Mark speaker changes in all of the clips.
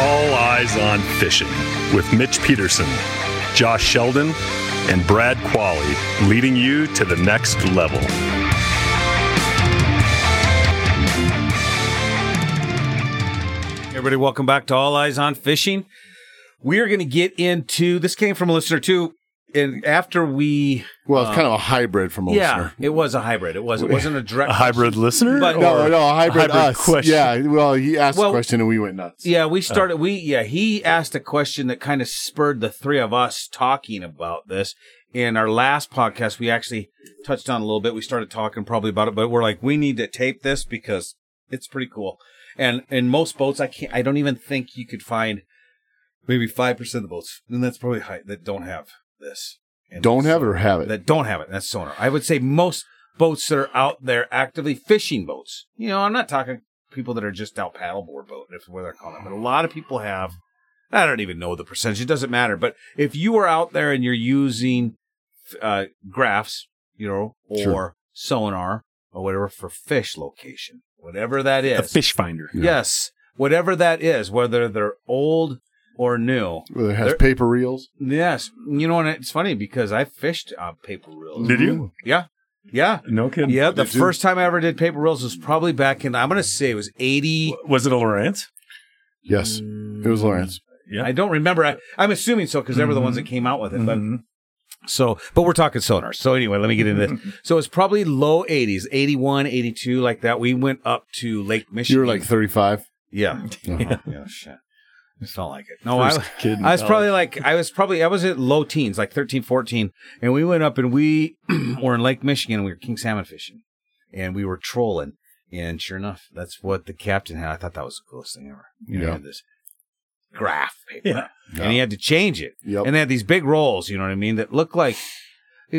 Speaker 1: Eyes on Fishing with Mitch Peterson, Josh Sheldon, and Brad Qualley, leading you to the next level.
Speaker 2: Everybody, welcome back to All Eyes on Fishing. We are going to get into this. Came from a listener too, and after we,
Speaker 3: Well, it's kind of a hybrid from a
Speaker 2: Uh, yeah,
Speaker 3: listener.
Speaker 2: it was a hybrid. It was. It wasn't a direct
Speaker 4: A hybrid listener?
Speaker 2: But-
Speaker 3: No,
Speaker 4: or
Speaker 3: no, a hybrid, us.
Speaker 4: question?
Speaker 3: Yeah, well, he asked
Speaker 2: Well-
Speaker 3: a question and we went nuts.
Speaker 2: Yeah, we started. we yeah, he asked a question that kind of spurred the three of us talking about this. In our last podcast, we actually touched on a little bit. We started talking probably about it, but we're like, we need to tape this because it's pretty cool. And in most boats, I can't. I don't even think you could find maybe five percent of the boats, and that's probably high that don't have this. And
Speaker 3: Don't have it
Speaker 2: so-
Speaker 3: or have it.
Speaker 2: that don't have it. That's sonar. I would say most boats that are out there actively fishing boats. You know, I'm not talking people that are just out paddleboard boat, if what they're calling it, but a lot of people have. I don't even know the percentage. It doesn't matter. But if you are out there and you're using uh, graphs, you know, or
Speaker 3: Sure.
Speaker 2: sonar or whatever for fish location, whatever that is.
Speaker 4: a fish finder.
Speaker 2: Yes. Whatever that is, whether they're old or new.
Speaker 3: Whether it has
Speaker 2: There-
Speaker 3: paper reels.
Speaker 2: Yes. You know, and it's funny because I fished uh, paper reels. Mm-hmm.
Speaker 1: Did you?
Speaker 2: Yeah. Yeah.
Speaker 4: No kidding.
Speaker 2: Yeah. The
Speaker 3: Did you?
Speaker 2: first time I ever did paper reels was probably back in, I'm going to say it was 80.
Speaker 4: Was it a Lawrence?
Speaker 3: Yes,
Speaker 2: Mm.
Speaker 3: it was Lawrence.
Speaker 4: Yeah.
Speaker 2: I don't remember. I, I'm assuming so because they were the ones that
Speaker 3: Mm-hmm.
Speaker 2: came out with it. But so, but we're talking sonar. So anyway, let me get into this. so it's probably low 80s, 81, 82, like that. We went up to Lake Michigan.
Speaker 3: You were like 35.
Speaker 2: yeah.
Speaker 3: Uh-huh.
Speaker 2: Yeah. Shit. It's not like it. No, I,
Speaker 4: First kid in
Speaker 2: I was
Speaker 4: college.
Speaker 2: probably like, I was probably, I was at low teens, like 13, 14. And we went up and we were in Lake Michigan and we were king salmon fishing and we were trolling. And sure enough, that's what the captain had. I thought that was the coolest thing ever. You know, he
Speaker 3: Yeah.
Speaker 2: had this graph paper
Speaker 4: Yeah.
Speaker 2: and he had to change it.
Speaker 3: Yep.
Speaker 2: And they had these big rolls, you know what I mean, that looked like,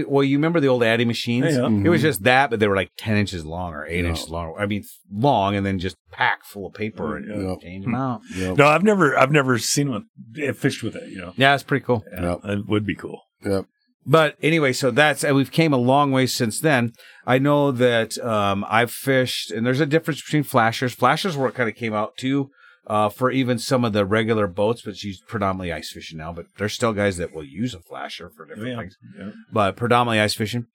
Speaker 2: well, you remember the old Addy machines?
Speaker 4: Yeah.
Speaker 2: It was just that, but they were like 10 inches long or 8
Speaker 3: Mm-hmm. Yeah.
Speaker 2: inches long. I mean, long and then just packed full of
Speaker 4: Oh
Speaker 2: paper and
Speaker 3: Yeah.
Speaker 2: change them out.
Speaker 3: Yep.
Speaker 4: No, I've never, I've never seen one eh, fished with it. You know,
Speaker 2: Yeah, it's pretty cool.
Speaker 4: yeah, it would be cool.
Speaker 3: Yep.
Speaker 2: But anyway, so that's and we've came a long way since then. I know that um, I've fished, and there's a difference between flashers. Flashers were what kind of came out too uh, for even some of the regular boats, but she's predominantly ice fishing now. But there's still guys that will use a flasher for different
Speaker 4: Yeah.
Speaker 2: things,
Speaker 4: Yeah.
Speaker 2: but predominantly ice fishing.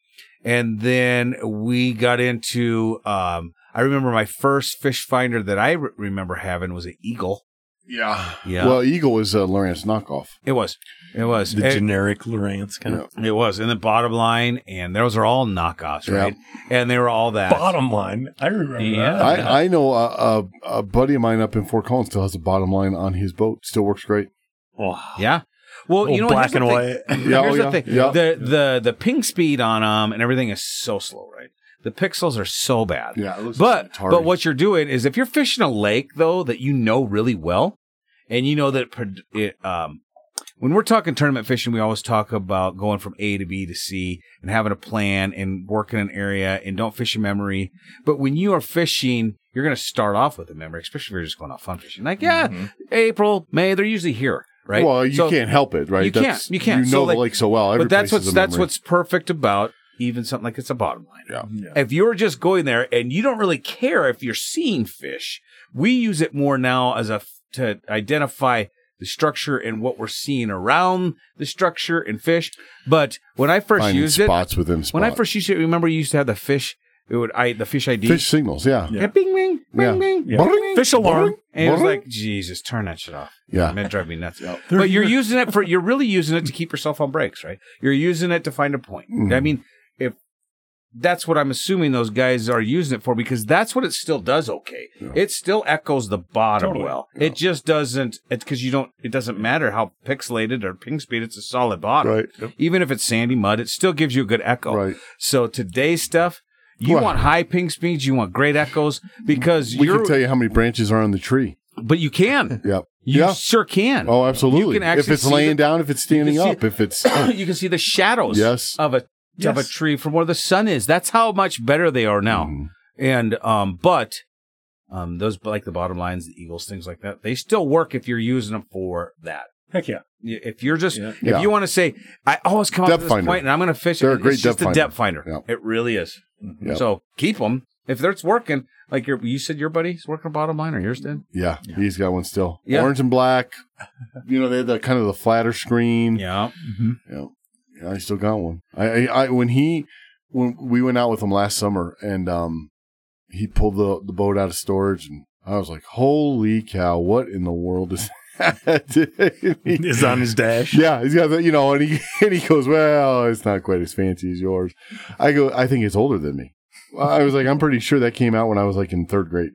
Speaker 2: And then we got into. Um, I remember my first fish finder that I re- remember having was an eagle.
Speaker 3: Yeah.
Speaker 2: Yeah,
Speaker 3: Well, Eagle is a Lawrence knockoff.
Speaker 2: it was. It was.
Speaker 4: The
Speaker 2: And-
Speaker 4: generic Lawrence kind of
Speaker 2: It was, and the bottom line, and those are all knockoffs,
Speaker 3: Yeah.
Speaker 2: right? And they were all that.
Speaker 4: bottom line. I remember.
Speaker 2: Oh, Yeah.
Speaker 4: that.
Speaker 3: I, I know a, a, a buddy of mine up in Fort Collins still has a bottom line on his boat. Still works great.
Speaker 4: Wow.
Speaker 2: Yeah. Well, you know,
Speaker 4: oh, black
Speaker 2: here's
Speaker 4: and
Speaker 2: the thing.
Speaker 4: white.
Speaker 3: Yeah,
Speaker 2: here's
Speaker 3: oh,
Speaker 2: the
Speaker 3: yeah,
Speaker 2: thing:
Speaker 3: yeah.
Speaker 2: the the the ping speed on them and everything is so slow, right? The pixels are so bad.
Speaker 3: Yeah. it looks
Speaker 2: But
Speaker 3: retarded.
Speaker 2: but what you're doing is if you're fishing a lake though that you know really well, and you know that pred- it, um, when we're talking tournament fishing, we always talk about going from A to B to C and having a plan and working an area and don't fish a memory. But when you are fishing, you're going to start off with a memory, especially if you're just going off fun fishing. Like yeah, April, May, they're usually here, right?
Speaker 3: Mm-hmm. Well, you
Speaker 2: So-
Speaker 3: can't help it, right?
Speaker 2: You can't. You can't.
Speaker 3: You know
Speaker 2: So,
Speaker 3: the
Speaker 2: like-
Speaker 3: lake so well. Every
Speaker 2: but that's
Speaker 3: place is
Speaker 2: what's
Speaker 3: a
Speaker 2: that's
Speaker 3: memory.
Speaker 2: what's perfect about even something like it's a bottom line.
Speaker 3: Yeah.
Speaker 4: Yeah.
Speaker 2: If you're just going there and you don't really care if you're seeing fish, we use it more now as a f- to identify the structure and what we're seeing around the structure and fish. But when I first
Speaker 3: Finding
Speaker 2: used
Speaker 3: spots within
Speaker 2: it,
Speaker 3: spots.
Speaker 2: when I first used it, remember you used to have the fish. It would I the fish ID.
Speaker 3: fish signals, yeah.
Speaker 4: Yeah.
Speaker 2: Yeah, bing, bing, bing,
Speaker 3: Yeah.
Speaker 2: bing,
Speaker 4: Yeah.
Speaker 2: bing, bing.
Speaker 4: Fish alarm.
Speaker 2: And it was like, Jesus, turn that shit off.
Speaker 3: Yeah.
Speaker 2: It drive me nuts. But you're using it for, you're really using it to keep yourself on breaks, right? You're using it to find a point. I
Speaker 3: Mm-hmm.
Speaker 2: mean, if that's what I'm assuming those guys are using it for, because that's what it still does okay. It still echoes the bottom
Speaker 4: Totally.
Speaker 2: well. It just doesn't, it's because you don't, it doesn't matter how pixelated or ping speed, it's a solid bottom.
Speaker 3: Right.
Speaker 2: Even if it's sandy mud, it still gives you a good echo.
Speaker 3: Right.
Speaker 2: So today's stuff, you
Speaker 3: Well-
Speaker 2: want high ping speeds, you want great echoes because
Speaker 3: We
Speaker 2: you're
Speaker 3: can tell you how many branches are on the tree.
Speaker 2: but you can.
Speaker 3: Yep.
Speaker 2: You
Speaker 3: yeah.
Speaker 2: sure can.
Speaker 3: Oh, absolutely.
Speaker 2: You can actually
Speaker 3: if it's
Speaker 2: see
Speaker 3: laying
Speaker 2: the-
Speaker 3: down, if it's standing
Speaker 2: you can see
Speaker 3: up, if it's
Speaker 2: you can see the shadows
Speaker 3: Yes.
Speaker 2: of a of a
Speaker 4: Yes.
Speaker 2: tree from where the sun is. That's how much better they are now.
Speaker 3: Mm. Mm-hmm.
Speaker 2: And um, but um, those like the bottom lines, the eagles, things like that, they still work if you're using them for that.
Speaker 4: Heck yeah.
Speaker 2: If you're just
Speaker 4: Yeah.
Speaker 2: if
Speaker 3: Yeah.
Speaker 2: you want to say, I always come up
Speaker 3: Depth
Speaker 2: to this
Speaker 3: finder.
Speaker 2: point and I'm going to fish.
Speaker 3: They're a
Speaker 2: it.
Speaker 3: great
Speaker 2: it's just
Speaker 3: depth
Speaker 2: a depth finder.
Speaker 3: finder.
Speaker 2: It really is. Mm-hmm.
Speaker 3: Yeah.
Speaker 2: So keep them. If it's working, like your, you said, your buddy's working bottom line or yours did.
Speaker 3: Yeah,
Speaker 4: Yeah.
Speaker 3: he's got one still.
Speaker 2: Yeah.
Speaker 3: Orange and black. You know, they had that kind of the flatter screen.
Speaker 2: Yeah.
Speaker 3: You know, yeah, I still got one. I, I, I when he when we went out with him last summer and um he pulled the the boat out of storage and I was like, Holy cow, what in the world is that?
Speaker 4: Is on his dash.
Speaker 3: Yeah, he's got the, you know, and he and he goes, well, it's not quite as fancy as yours. I go, I think it's older than me. I was like, I'm pretty sure that came out when I was like in third grade,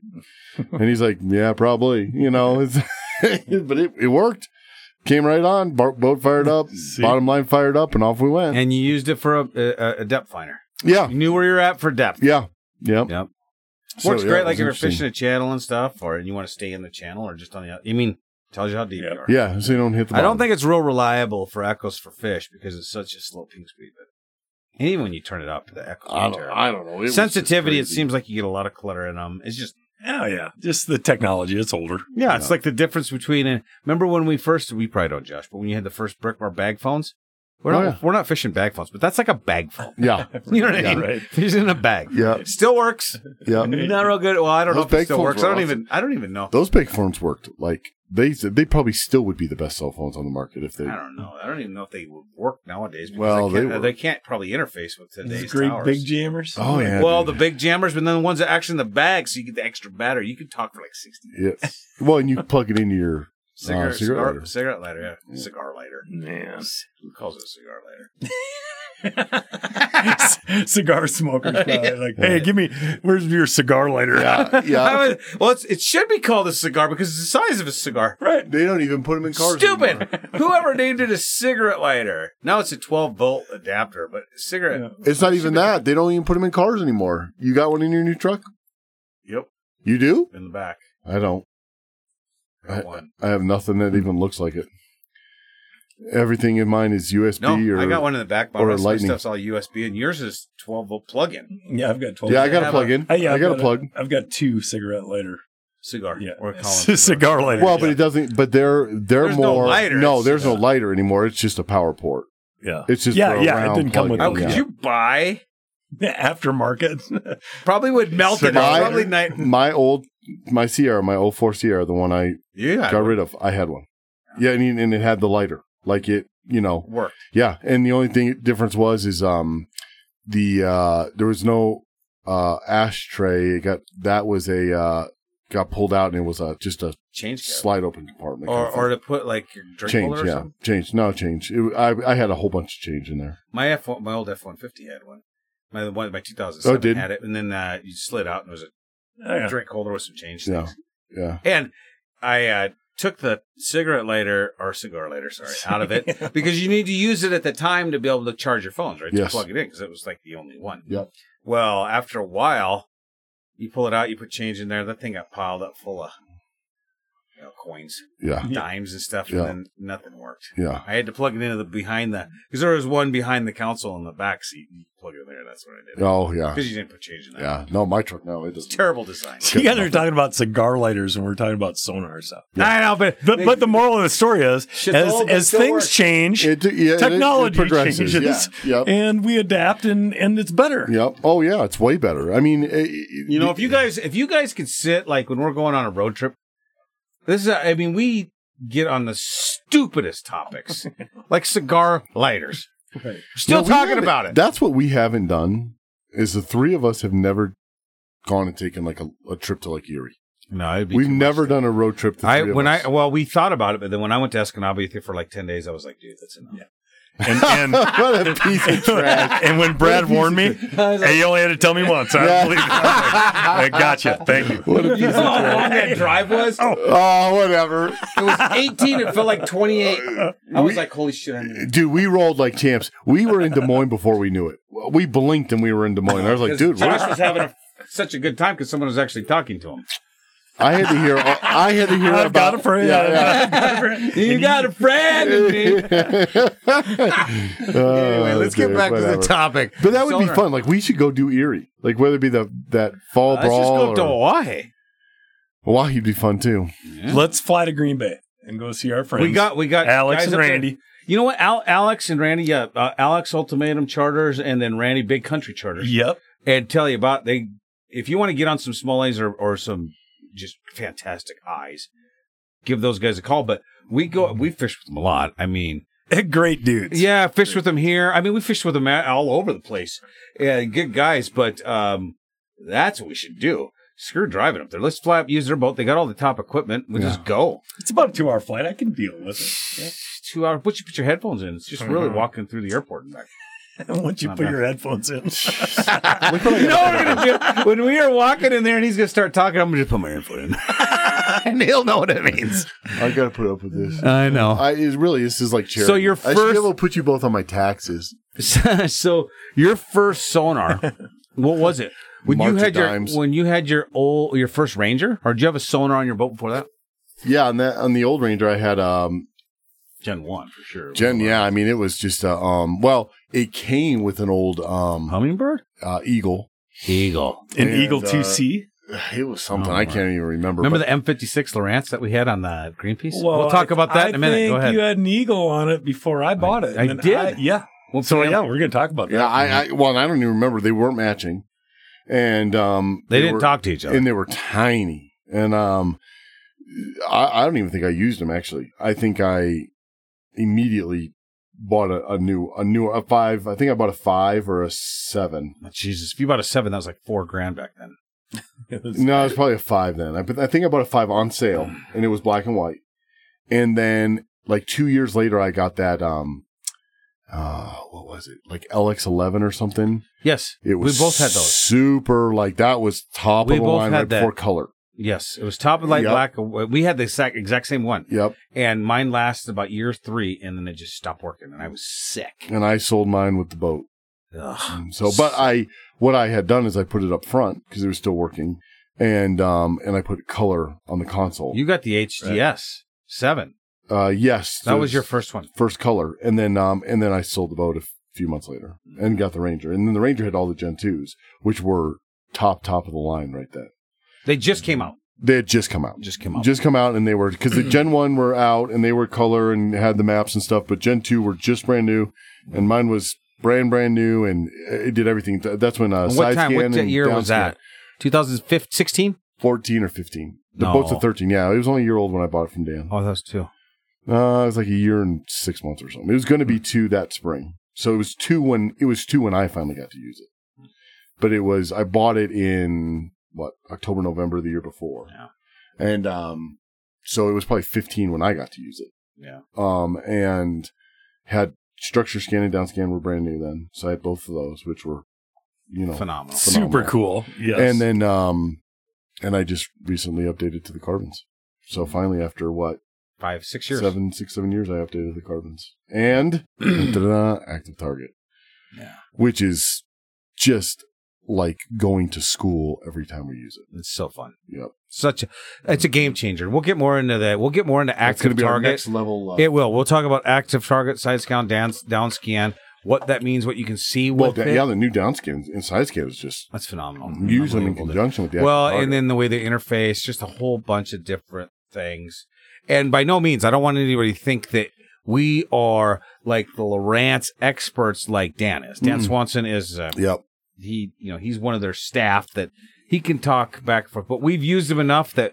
Speaker 3: and he's like, yeah, probably, you know, it's, but it, it worked. Came right on, bar- boat fired up,
Speaker 4: See?
Speaker 3: bottom line fired up, and off we went.
Speaker 2: And you used it for a, a, a depth finder.
Speaker 3: yeah,
Speaker 2: You knew where you're at for depth.
Speaker 3: yeah, yep.
Speaker 2: Yep.
Speaker 3: So,
Speaker 2: Works
Speaker 3: yeah,
Speaker 2: great,
Speaker 3: it
Speaker 2: like if
Speaker 3: was
Speaker 2: you're fishing
Speaker 3: interesting.
Speaker 2: a channel and stuff, or you want to stay in the channel, or just on the. You mean tells you how deep
Speaker 4: Yeah.
Speaker 2: you are.
Speaker 3: Yeah, so you don't hit the.
Speaker 2: I don't
Speaker 3: bottom.
Speaker 2: think it's real reliable for echoes for fish because it's such a slow ping speed. But and even when you turn it up, the echoes
Speaker 3: I
Speaker 2: are
Speaker 3: don't.
Speaker 2: terrible.
Speaker 3: I don't know. It was just
Speaker 2: Sensitivity, it
Speaker 3: crazy.
Speaker 2: seems like you get a lot of clutter in them. It's just
Speaker 4: Oh, yeah. Just the technology. It's older.
Speaker 2: yeah, it's
Speaker 3: Yeah.
Speaker 2: like the difference between. And remember when we first we probably don't, Josh, but when you had the first Brickmar bag phones, we're not
Speaker 3: Oh, yeah.
Speaker 2: we're not fishing bag phones, but that's like a bag phone.
Speaker 3: Yeah,
Speaker 2: You know what I
Speaker 3: Yeah,
Speaker 2: mean?
Speaker 4: right.
Speaker 2: Fish in a bag.
Speaker 3: yeah,
Speaker 2: Still works.
Speaker 3: yeah.
Speaker 2: Not real good. Well, I don't
Speaker 3: Those
Speaker 2: know if
Speaker 3: bag
Speaker 2: it still
Speaker 3: phones
Speaker 2: works. I
Speaker 3: were
Speaker 2: don't
Speaker 3: awesome.
Speaker 2: even. I don't even know.
Speaker 3: Those big phones worked. Like they, they probably still would be the best cell phones on the market if they.
Speaker 2: I don't know. I don't even know if they would work nowadays. because
Speaker 3: Well,
Speaker 2: they
Speaker 3: they
Speaker 2: can't,
Speaker 3: were.
Speaker 2: they can't probably interface with
Speaker 4: These
Speaker 2: today's
Speaker 4: great
Speaker 2: towers.
Speaker 4: big jammers.
Speaker 3: Oh yeah.
Speaker 2: well,
Speaker 3: dude.
Speaker 2: the big jammers, but then the ones that actually in the bag, so you get the extra battery. You can talk for like sixty.
Speaker 3: Yeah. Well, and you plug it into your
Speaker 2: Cigar,
Speaker 3: Uh, cigarette
Speaker 2: cigar,
Speaker 3: lighter.
Speaker 2: cigarette lighter, yeah. cigar lighter.
Speaker 4: Man.
Speaker 2: Who calls it a cigar lighter?
Speaker 4: C- cigar smokers probably like, hey, give me, where's your cigar lighter?
Speaker 2: I was- well, it's, it should be called a cigar because it's the size of a cigar.
Speaker 4: right.
Speaker 3: They don't even put them in cars. anymore.
Speaker 2: Stupid! Whoever named it a cigarette lighter. Now it's a 12 volt adapter, but cigarette.
Speaker 4: Yeah.
Speaker 3: It's not even that. They don't even put them in cars anymore. You got one in your new truck?
Speaker 2: Yep,
Speaker 3: You do?
Speaker 2: in the back.
Speaker 3: I don't.
Speaker 2: I got
Speaker 3: I,
Speaker 2: one.
Speaker 3: I have nothing that even looks like it. Everything in mine is USB
Speaker 2: No,
Speaker 3: or
Speaker 2: I got one in the back. But
Speaker 3: or
Speaker 2: my
Speaker 3: a lightning.
Speaker 2: stuff's all USB, and yours is 12 volt plug-in
Speaker 4: Yeah, I've got 12.
Speaker 3: Yeah, I got
Speaker 2: I
Speaker 3: a
Speaker 2: have
Speaker 3: plug
Speaker 2: a-
Speaker 3: in.
Speaker 4: Uh, yeah,
Speaker 3: I
Speaker 4: I've
Speaker 3: got a
Speaker 4: got
Speaker 3: plug.
Speaker 4: I've got two cigarette lighter.
Speaker 2: cigar.
Speaker 4: Yeah.
Speaker 2: or call
Speaker 4: C- cigar lighter.
Speaker 3: Well, but
Speaker 4: yeah.
Speaker 3: it doesn't. But they're they're
Speaker 2: There's no
Speaker 3: more.
Speaker 2: lighter.
Speaker 3: no,
Speaker 2: It's
Speaker 3: there's no
Speaker 2: just-
Speaker 3: lighter anymore. It's just a power port.
Speaker 4: yeah.
Speaker 3: It's just
Speaker 4: Yeah,
Speaker 3: for a
Speaker 4: yeah, it
Speaker 3: round
Speaker 4: didn't come
Speaker 3: plug-in.
Speaker 4: with
Speaker 2: Oh,
Speaker 4: the-
Speaker 2: could
Speaker 3: Yeah.
Speaker 2: you buy?
Speaker 4: Aftermarket.
Speaker 2: Probably would melt it.
Speaker 3: Cigar.
Speaker 2: Probably night.
Speaker 3: My old my Sierra, my old four Sierra, the one I
Speaker 2: Yeah,
Speaker 3: got rid of. I had one. Yeah, and, and it had the lighter. Like it, you know,
Speaker 2: worked.
Speaker 3: Yeah, and the only thing difference was is um the uh there was no uh ashtray. It got that was a uh got pulled out and it was a just a
Speaker 2: Change cap.
Speaker 3: slide open compartment.
Speaker 2: or
Speaker 3: kind of
Speaker 2: or to put like your drink
Speaker 3: thing.
Speaker 2: holder or
Speaker 3: change, yeah,
Speaker 2: something.
Speaker 3: change. No change. It, I I had a whole bunch of change in there.
Speaker 2: My F one, my old F one fifty had one. My the one my two thousand seven
Speaker 3: Oh, did?
Speaker 2: had it, and then uh, you slid out and it was a
Speaker 4: Yeah.
Speaker 2: drink holder with some change
Speaker 3: Yeah.
Speaker 2: things.
Speaker 3: Yeah,
Speaker 2: And I uh, took the cigarette lighter or cigar lighter, sorry, out of it because you need to use it at the time to be able to charge your phones, right?
Speaker 3: Yes.
Speaker 2: To plug it in because it was like the only one.
Speaker 3: Yep.
Speaker 2: Well, after a while, you pull it out, you put change in there. That thing got piled up full of you know, coins,
Speaker 3: yeah,
Speaker 4: Yeah.
Speaker 2: dimes, and stuff,
Speaker 3: Yeah.
Speaker 2: and then nothing worked.
Speaker 3: yeah.
Speaker 2: I had to plug it into the behind the because there was one behind the console in the back seat. You plug it there. That's what I did.
Speaker 3: Oh yeah,
Speaker 2: Because you didn't put change in that.
Speaker 3: yeah. No, my truck now it
Speaker 2: It's
Speaker 3: doesn't.
Speaker 2: terrible design.
Speaker 4: You guys are talking about cigar lighters and we're talking about sonar stuff.
Speaker 2: I know, but
Speaker 4: But, but the moral of the story is
Speaker 2: Shit's
Speaker 4: as,
Speaker 2: old, but
Speaker 4: as
Speaker 2: still
Speaker 4: things
Speaker 2: works.
Speaker 4: change,
Speaker 3: It, yeah, it-
Speaker 4: technology
Speaker 3: it progresses.
Speaker 4: changes
Speaker 3: Yeah. Yep.
Speaker 4: and we adapt and, and it's better.
Speaker 3: Yep. Oh yeah, it's way better. I mean, eh, it, it-
Speaker 2: you know if you guys if you guys could sit like when we're going on a road trip. This is I mean we get on the stupidest topics like cigar lighters.
Speaker 4: Right.
Speaker 2: We're still
Speaker 3: No, we
Speaker 2: talking
Speaker 3: haven't-
Speaker 2: about it.
Speaker 3: That's what we haven't done. Is the three of us have never gone and taken like a, a trip to Lake Erie.
Speaker 2: no, it'd
Speaker 3: We've never done a road trip. The
Speaker 2: I
Speaker 3: three of
Speaker 2: when
Speaker 3: us.
Speaker 2: I well we thought about it, but then when I went to Escanaba for like ten days, I was like, dude, that's enough.
Speaker 4: And, and,
Speaker 3: what a piece of trash.
Speaker 4: and when Brad warned me, hey, you only had to tell me once. I
Speaker 3: Yeah.
Speaker 4: believe it. I gotcha. Thank you.
Speaker 3: What a piece of
Speaker 2: You know how
Speaker 3: trash.
Speaker 2: long that drive was?
Speaker 3: Oh, whatever,
Speaker 2: It was 18. It felt like 28. I was like, holy shit. I need it.
Speaker 3: dude. We rolled like champs. We were in Des Moines before we knew it. We blinked and we were in Des Moines. I was like, dude, what?
Speaker 2: Josh was having a, such a good time because someone was actually talking to him.
Speaker 3: I had to hear. I had to hear
Speaker 4: I've
Speaker 3: about.
Speaker 4: got a friend. I've got a friend.
Speaker 2: You got a friend in me. anyway, let's
Speaker 3: Oh,
Speaker 2: get back to the topic.
Speaker 3: But that would be
Speaker 2: Sonar.
Speaker 3: fun. Like we should go do Erie. Like whether it be the that fall
Speaker 2: Let's just
Speaker 3: brawl
Speaker 2: go up to
Speaker 3: or
Speaker 2: Hawaii.
Speaker 3: Oahu'd be fun too.
Speaker 4: Let's fly to Green Bay and go see our friends.
Speaker 2: We got, we got
Speaker 4: Alex
Speaker 2: guys
Speaker 4: and
Speaker 2: up there.
Speaker 4: Randy.
Speaker 2: You know what? Al, Alex and Randy, yeah. Uh, Alex Ultimatum Charters and then Randy Big Country Charters.
Speaker 4: Yep.
Speaker 2: And tell you about, they if you want to get on some small lanes or, or some just fantastic eyes, give those guys a call. But we go, we fish with them a lot. I mean,
Speaker 4: Great dudes.
Speaker 2: yeah, I fished with them here. I mean, we fished with them at- all over the place. Yeah, good guys, but um, that's what we should do. Screw driving up there. Let's fly up, use their boat. They got all the top equipment. We just go.
Speaker 4: It's about a two hour flight. I can deal with it.
Speaker 2: Two hours. But you put your headphones in. It's just really walking through the airport and back.
Speaker 4: Once you
Speaker 2: Not
Speaker 4: put
Speaker 2: bad.
Speaker 4: your headphones in.
Speaker 2: You know what we're gonna do when we are walking in there and he's gonna start talking. I'm gonna just put my foot in, and he'll know what it means.
Speaker 3: I gotta put up with this.
Speaker 2: I know.
Speaker 3: I it really this is like charity.
Speaker 2: So your
Speaker 3: I should
Speaker 2: first-
Speaker 3: be able to put you both on my taxes.
Speaker 2: so your first sonar, what was it? When you
Speaker 3: March of
Speaker 2: had your
Speaker 3: dimes.
Speaker 2: when you had your old your first Ranger, or did you have a sonar on your boat before that?
Speaker 3: Yeah, on that on the old Ranger, I had um
Speaker 2: Gen one for sure. uh,
Speaker 3: Jen. Yeah, I mean it was just a um. Well, it came with an old um
Speaker 2: hummingbird,
Speaker 3: uh, Eagle.
Speaker 2: eagle.
Speaker 4: An
Speaker 3: And,
Speaker 4: Eagle
Speaker 3: uh,
Speaker 4: 2C?
Speaker 3: It was something
Speaker 2: Oh,
Speaker 3: I
Speaker 2: my.
Speaker 3: can't even remember.
Speaker 2: Remember
Speaker 3: but-
Speaker 2: the M56 Lawrence that we had on the Greenpeace? we'll talk about that
Speaker 4: I
Speaker 2: in a minute.
Speaker 4: think
Speaker 2: Go ahead.
Speaker 4: You had an eagle on it before I bought it.
Speaker 2: I
Speaker 4: and then
Speaker 2: did.
Speaker 4: yeah.
Speaker 2: Well,
Speaker 4: So
Speaker 2: Pam,
Speaker 4: yeah, we're gonna talk about that.
Speaker 3: Yeah, I,
Speaker 2: Mm-hmm.
Speaker 3: I well, I don't even remember. They weren't matching, and um,
Speaker 2: they, didn't
Speaker 3: were-
Speaker 2: talk to each other.
Speaker 3: and they were tiny, and um, I, I don't even think I used them actually. I think I immediately bought a, a new a new a five. I think I bought a five or a seven.
Speaker 2: Oh, Jesus, if you bought a seven, that was like four grand back then.
Speaker 3: No, it was probably a five then. I, but I think I bought a five on sale, and it was black and white. And then, like two years later, I got that. Um, uh, what was it? Like LX11 or something.
Speaker 2: Yes,
Speaker 3: It was.
Speaker 2: we both had those.
Speaker 3: Super, like that was top
Speaker 2: We
Speaker 3: of the
Speaker 2: both
Speaker 3: line
Speaker 2: had
Speaker 3: right
Speaker 2: that.
Speaker 3: before color.
Speaker 2: Yes, it was top of light
Speaker 3: Yep.
Speaker 2: black. Uh, We had the exact, exact same one,
Speaker 3: Yep.
Speaker 2: and mine lasted about year three, and then it just stopped working, and I was sick.
Speaker 3: And I sold mine with the boat.
Speaker 2: Ugh.
Speaker 3: Um, So, but I, what I had done is I put it up front because it was still working, and um, and I put color on the console.
Speaker 2: You got the HDS seven.
Speaker 3: uh, yes,
Speaker 2: That
Speaker 3: so
Speaker 2: was your
Speaker 3: it's
Speaker 2: first one.
Speaker 3: first color, and then um, and then I sold the boat a f- few months later and got the Ranger, and then the Ranger had all the Gen twos, which were top top of the line right then.
Speaker 2: They just came out.
Speaker 3: They had just come out.
Speaker 2: Just came out.
Speaker 3: just come out and they were because the Gen One were out and they were color and had the maps and stuff, but Gen Two were just brand new, and mine was brand brand new and it did everything. Th- That's when uh,
Speaker 2: And
Speaker 3: side
Speaker 2: what time?
Speaker 3: scan
Speaker 2: What
Speaker 3: and
Speaker 2: year was
Speaker 3: down scan-
Speaker 2: that? 2016.
Speaker 3: Fourteen or fifteen. The
Speaker 2: No.
Speaker 3: boat's a thirteen. Yeah, it was only a year old when I bought it from Dan.
Speaker 2: Oh, that was two.
Speaker 3: Uh, it was like a year and six months or something. It was going to be two that spring, so it was two when it was two when I finally got to use it. But it was I bought it in what October November the year before,
Speaker 2: Yeah.
Speaker 3: and um, so it was probably fifteen when I got to use it.
Speaker 2: Yeah.
Speaker 3: um, and had structure scan and down scan were brand new then. So I had both of those, which were, you know,
Speaker 2: Phenomenal.
Speaker 4: Super
Speaker 3: phenomenal.
Speaker 4: cool. Yes.
Speaker 3: and then, um, and I just recently updated to the carbons. So finally, after what
Speaker 2: Five, six years.
Speaker 3: seven, six, seven years, I updated the carbons and da-da-da, active target,
Speaker 2: Yeah.
Speaker 3: which is just like going to school every time we use it.
Speaker 2: It's so fun.
Speaker 3: Yep,
Speaker 2: Such a, it's a game changer. We'll get more into that. We'll get more into
Speaker 3: That's gonna
Speaker 2: active target.
Speaker 3: next level. Uh,
Speaker 2: It will. We'll talk about active target, side scan, down, down scan, what that means, what you can see.
Speaker 3: well,
Speaker 2: What
Speaker 3: da- yeah, the Mm-hmm. new down scan and side scan is just
Speaker 2: That's phenomenal.
Speaker 3: use them in
Speaker 2: Unbelievable.
Speaker 3: conjunction with the active
Speaker 2: Well,
Speaker 3: target.
Speaker 2: and then the way they interface, just a whole bunch of different things. And by no means, I don't want anybody to think that we are like the Lawrence experts like Dan is. Dan
Speaker 3: Mm-mm.
Speaker 2: Swanson is, uh,
Speaker 3: yep.
Speaker 2: he, you know, he's one of their staff that he can talk back and forth, but we've used him enough that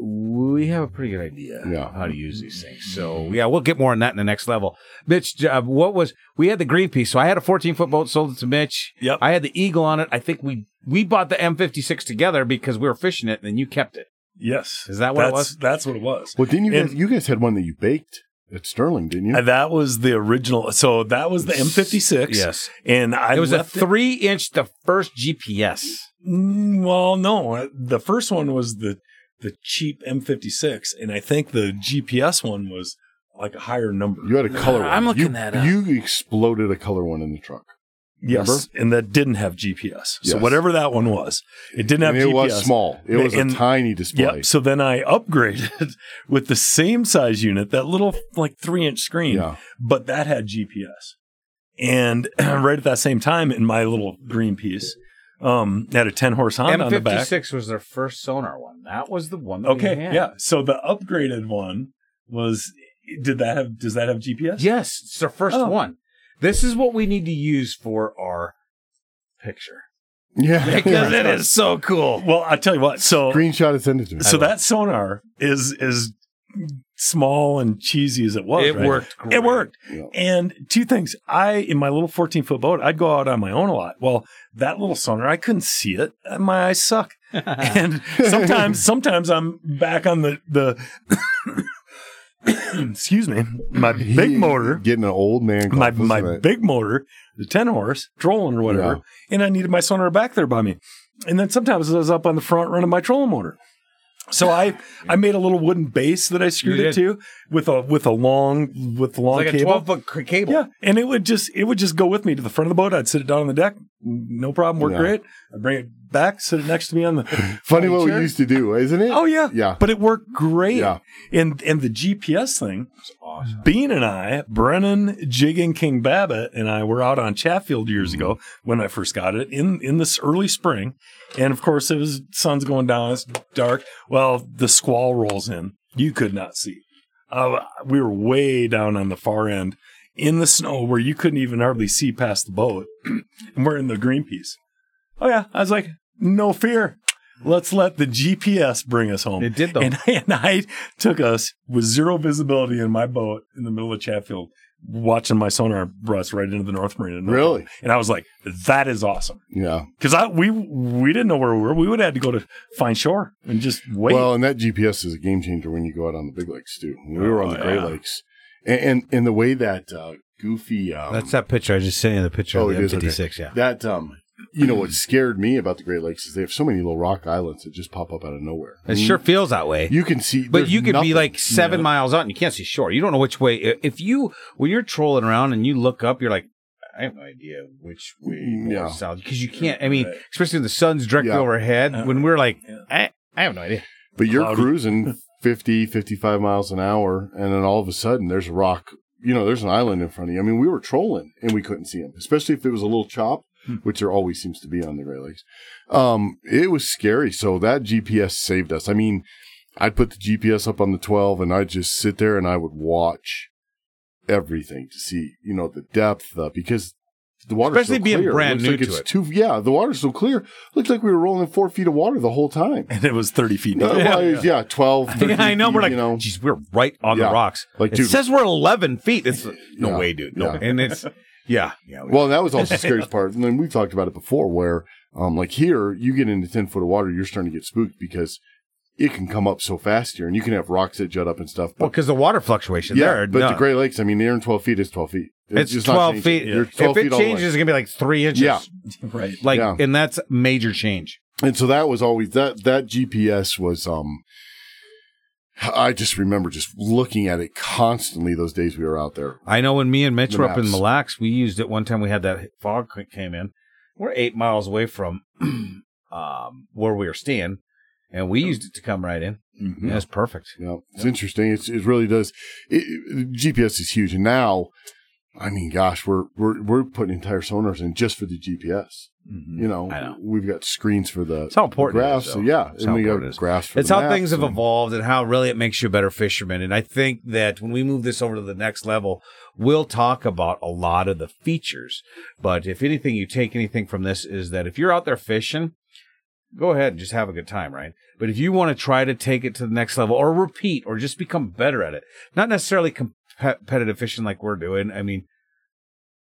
Speaker 2: we have a pretty good idea
Speaker 3: Yeah.
Speaker 2: of how to use these things. So yeah, we'll get more on that in the next level. Mitch, uh, what was we had the Greenpeace? So I had a 14 foot boat, sold it to Mitch.
Speaker 4: Yep.
Speaker 2: I had the Eagle on it. I think we we bought the M56 together because we were fishing it, and then you kept it.
Speaker 4: yes.
Speaker 2: Is that what it
Speaker 4: That's-
Speaker 2: was?
Speaker 4: That's what it was.
Speaker 3: Well, didn't you
Speaker 4: And-
Speaker 3: guys? You guys had one that you baked at Sterling, didn't you?
Speaker 4: And that was the original. So that was the M56.
Speaker 2: Yes.
Speaker 4: And I
Speaker 2: it was a
Speaker 4: left
Speaker 2: three inch, the first GPS.
Speaker 4: Mm, Well, no. The first one was the the cheap M56, and I think the GPS one was like a higher number.
Speaker 3: you had a color one.
Speaker 2: I'm looking
Speaker 3: you,
Speaker 2: that up.
Speaker 3: You exploded a color one in the truck.
Speaker 4: yes, and that didn't have GPS. So
Speaker 3: Yes.
Speaker 4: whatever that one was, it didn't have
Speaker 3: And it
Speaker 4: GPS.
Speaker 3: was small. It was
Speaker 4: And-
Speaker 3: a tiny display.
Speaker 4: Yep. So then I upgraded with the same size unit, that little like three inch screen,
Speaker 3: Yeah.
Speaker 4: but that had GPS. And right at that same time, in my little green piece, um, had a ten horse Honda on the back.
Speaker 2: M56 was their first sonar one. That was the one. That we
Speaker 4: Okay,
Speaker 2: had.
Speaker 4: yeah. So the upgraded one was did that have does that have GPS?
Speaker 2: Yes, it's their first
Speaker 4: Oh.
Speaker 2: one. This is what we need to use for our picture.
Speaker 3: Yeah.
Speaker 2: because it is so cool.
Speaker 4: Well, I tell you what. So
Speaker 3: Screenshot and send it to me.
Speaker 4: so that sonar is is small and cheesy as it was.
Speaker 2: It
Speaker 4: right?
Speaker 2: worked. Great.
Speaker 4: It worked.
Speaker 3: Yeah.
Speaker 4: And two things. I in my little 14 foot boat, I'd go out on my own a lot. Well, that little sonar, I couldn't see it. and My eyes suck. and sometimes sometimes I'm back on the the excuse me, my big
Speaker 3: He-
Speaker 4: motor
Speaker 3: Getting an old man.
Speaker 2: Oh,
Speaker 4: my
Speaker 3: cough,
Speaker 4: my
Speaker 3: listen to that.
Speaker 4: big motor, the ten horse, trolling or whatever, and I needed my sonar back there by me. And then sometimes I was up on the front running my trolling motor. So I I made a little wooden base that I screwed
Speaker 2: You
Speaker 4: it to with a with a long with long
Speaker 2: It's like a
Speaker 4: cable.
Speaker 2: twelve foot c- cable.
Speaker 4: yeah, and it would just it would just go with me to the front of the boat. I'd sit it down on the deck, no problem, work
Speaker 3: Yeah.
Speaker 4: great. I'd bring it back, sit it next to me on the
Speaker 3: Funny what we
Speaker 4: chair.
Speaker 3: used to do, isn't it?
Speaker 4: Oh yeah,
Speaker 3: Yeah.
Speaker 4: But it worked great.
Speaker 3: Yeah.
Speaker 4: And and the GPS thing,
Speaker 2: awesome.
Speaker 4: Bean and I, Brennan, Jig and King Babbitt, and I were out on Chatfield years
Speaker 3: Mm-hmm.
Speaker 4: ago when I first got it in in this early spring, and of course it was sun's going down, it's dark. Well, the squall rolls in. You could not see. Uh, we were way down on the far end in the snow where you couldn't even hardly see past the boat, and we're in the green piece. Oh yeah, I was like, no fear. Let's let the GPS bring us home.
Speaker 2: It did though.
Speaker 4: And, and I took us with zero visibility in my boat in the middle of Chatfield, watching my sonar brush right into the North Marina.
Speaker 3: Really?
Speaker 4: And I was like, that is awesome.
Speaker 3: Yeah.
Speaker 4: Because I we we didn't know where we were. We would have had to go to find shore and just wait.
Speaker 3: Well, and that GPS is a game changer when you go out on the big lakes too. When we were on the
Speaker 4: Oh,
Speaker 3: Great
Speaker 4: yeah.
Speaker 3: Lakes, and, and and the way that uh, goofy um,
Speaker 2: That's that picture I just sent you. The picture
Speaker 3: Oh,
Speaker 2: of the
Speaker 3: it is, okay.
Speaker 2: M56. Yeah.
Speaker 3: that um, you know what scared me about the Great Lakes is they have so many little rock islands that just pop up out of nowhere.
Speaker 2: It sure feels that way.
Speaker 3: Mm. You can see,
Speaker 2: but
Speaker 3: there's
Speaker 2: you could
Speaker 3: nothing.
Speaker 2: be like seven miles out and you can't see shore. You don't know which way. i- If you, when you're trolling around and you look up, you're like, I have no idea which way north,
Speaker 3: Mm, Yeah.
Speaker 2: south because you can't. I mean,
Speaker 4: Right.
Speaker 2: especially when the sun's directly
Speaker 3: Yeah.
Speaker 2: overhead. when we're like,
Speaker 4: Yeah.
Speaker 2: I, I have no idea.
Speaker 3: But you're
Speaker 4: Cloudy.
Speaker 3: cruising 50, 55 miles an hour, and then all of a sudden there's a rock. You know, there's an island in front of you. I mean, we were trolling and we couldn't see them, especially if it was a little chop,
Speaker 4: Hmm.
Speaker 3: which there always seems to be on the Great Lakes. Um, it was scary. So that GPS saved us. I mean, I'd put the GPS up on the 12 and I'd just sit there and I would watch everything to see, you know, the depth, uh, because the water's
Speaker 2: Especially
Speaker 3: so
Speaker 2: being
Speaker 3: clear.
Speaker 2: brand
Speaker 3: looks
Speaker 2: new
Speaker 3: like
Speaker 2: to
Speaker 3: it's
Speaker 2: it.
Speaker 3: Too, yeah, the water's so clear. Looks like we were rolling in four feet of water the whole time.
Speaker 4: and it was 30 feet
Speaker 3: No,
Speaker 4: down.
Speaker 3: well, it was, yeah. 12. 13
Speaker 2: I know.
Speaker 3: feet,
Speaker 2: We're like,
Speaker 3: you know,
Speaker 2: geez, we're right on the
Speaker 3: Yeah.
Speaker 2: rocks.
Speaker 3: like,
Speaker 2: It
Speaker 3: dude.
Speaker 2: says we're 11 feet. It's no
Speaker 3: Yeah.
Speaker 2: way, dude. No,
Speaker 3: Yeah.
Speaker 2: way. and it's yeah, yeah.
Speaker 3: well, that was also the scariest part. And then we've talked about it before where, um, like here, you get into 10 foot of water, you're starting to get spooked because it can come up so fast here and you can have rocks that jut up and stuff.
Speaker 2: Well,
Speaker 3: But
Speaker 2: because the water fluctuation
Speaker 3: yeah,
Speaker 2: there.
Speaker 3: but
Speaker 2: no.
Speaker 3: the Great Lakes, I mean, they're in 12 feet, it's 12 feet.
Speaker 2: it's,
Speaker 3: just not
Speaker 2: 12
Speaker 3: changing.
Speaker 2: feet.
Speaker 3: You're 12
Speaker 2: if
Speaker 3: feet
Speaker 2: it
Speaker 3: all the way.
Speaker 2: changes, it's gonna be like three inches.
Speaker 3: Yeah.
Speaker 4: right.
Speaker 2: Like,
Speaker 3: Yeah.
Speaker 2: and that's major change.
Speaker 3: and so that was always that that GPS was um I just remember just looking at it constantly those days we were out there.
Speaker 2: I know when me and Mitch
Speaker 3: The
Speaker 2: were up in
Speaker 3: maps.
Speaker 2: Mille Lacs, we used it one time. We had that fog c- came in. We're eight miles away from um, where we were staying, and we used it to come right in.
Speaker 3: Mm-hmm.
Speaker 4: Mhm.
Speaker 2: Yeah, it's perfect.
Speaker 3: Yeah, it's interesting. It's, it really does. It, it- GPS is huge, and now, I mean, gosh, we're we're we're putting entire sonars in just for the GPS. You know,
Speaker 2: I know.
Speaker 3: we've got screens for the
Speaker 2: Mm-hmm. It's how important it is,
Speaker 3: graphs.
Speaker 2: though.
Speaker 3: yeah,
Speaker 2: It's
Speaker 3: and
Speaker 2: how
Speaker 3: we
Speaker 2: important it
Speaker 3: got
Speaker 2: is.
Speaker 3: graphs. For
Speaker 2: It's
Speaker 3: the
Speaker 2: how
Speaker 3: maps
Speaker 2: things have
Speaker 3: and-
Speaker 2: evolved and how really it makes you a better fisherman. And I think that when we move this over to the next level, we'll talk about a lot of the features. But if anything, you take anything from this is that if you're out there fishing, go ahead and just have a good time, right? But if you want to try to take it to the next level or repeat or just become better at it, not necessarily com- competitive fishing like we're doing. I mean,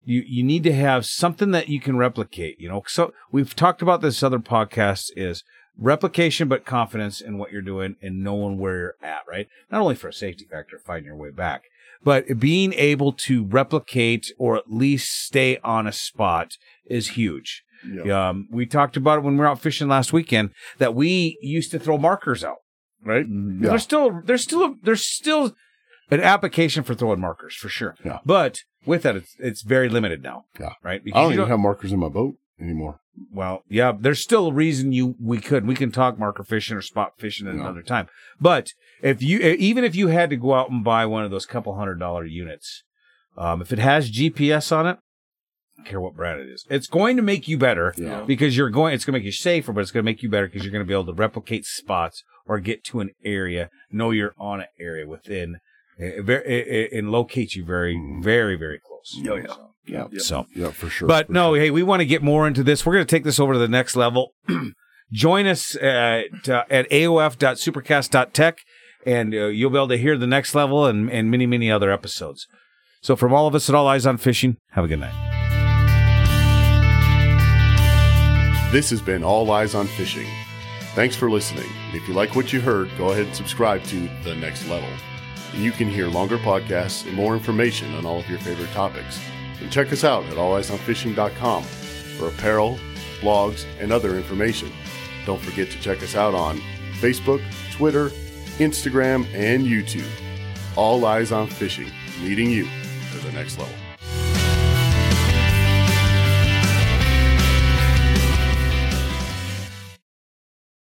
Speaker 2: you you need to have something that you can replicate you know so we've talked about this other podcast is replication but confidence in what you're doing and knowing where you're at right not only for a safety factor finding your way back but being able to replicate or at least stay on a spot is huge
Speaker 3: Yeah.
Speaker 2: um, we talked about it when we were out fishing last weekend that we used to throw markers out right
Speaker 4: Mhm.
Speaker 3: Mm, Yeah.
Speaker 2: there's still there's still a, there's still an application for throwing markers for sure.
Speaker 3: Yeah.
Speaker 2: But with that, it's it's very limited now.
Speaker 3: Yeah.
Speaker 2: Right.
Speaker 3: I don't
Speaker 2: you
Speaker 3: even have markers in my boat anymore.
Speaker 2: well, yeah. There's still a reason you we could we can talk marker fishing or spot fishing at
Speaker 3: Yeah.
Speaker 2: another time. But if you e, even if you had to go out and buy one of those couple hundred dollar units, um, if it has GPS on it, I don't care what brand it is, it's going to make you better
Speaker 3: Yeah.
Speaker 2: because you're going it's going to make you safer but it's going to make you better because you're going to be able to replicate spots or get to an area know you're on an area within eh, ver- eh, eh, and locate you very
Speaker 3: Mhm.
Speaker 2: very very close
Speaker 4: Oh, yeah.
Speaker 2: So,
Speaker 3: Yeah.
Speaker 2: So,
Speaker 3: Yeah, for sure.
Speaker 2: but
Speaker 3: For
Speaker 2: no,
Speaker 3: sure.
Speaker 2: hey, we want to get more into this. We're going to take this over to the next level. Join us at uh, at aof.supercast.tech, and uh, you'll be able to hear the next level and and many many other episodes. So, from all of us at All Eyes on Fishing, have a good night.
Speaker 3: This has been All Eyes on Fishing. Thanks for listening. If you like what you heard, go ahead and subscribe to The Next Level. And you can hear longer podcasts and more information on all of your favorite topics. And check us out at alleyesonfishing.com for apparel, blogs, and other information. Don't forget to check us out on Facebook, Twitter, Instagram, and YouTube. All Eyes on Fishing, leading you to the next level.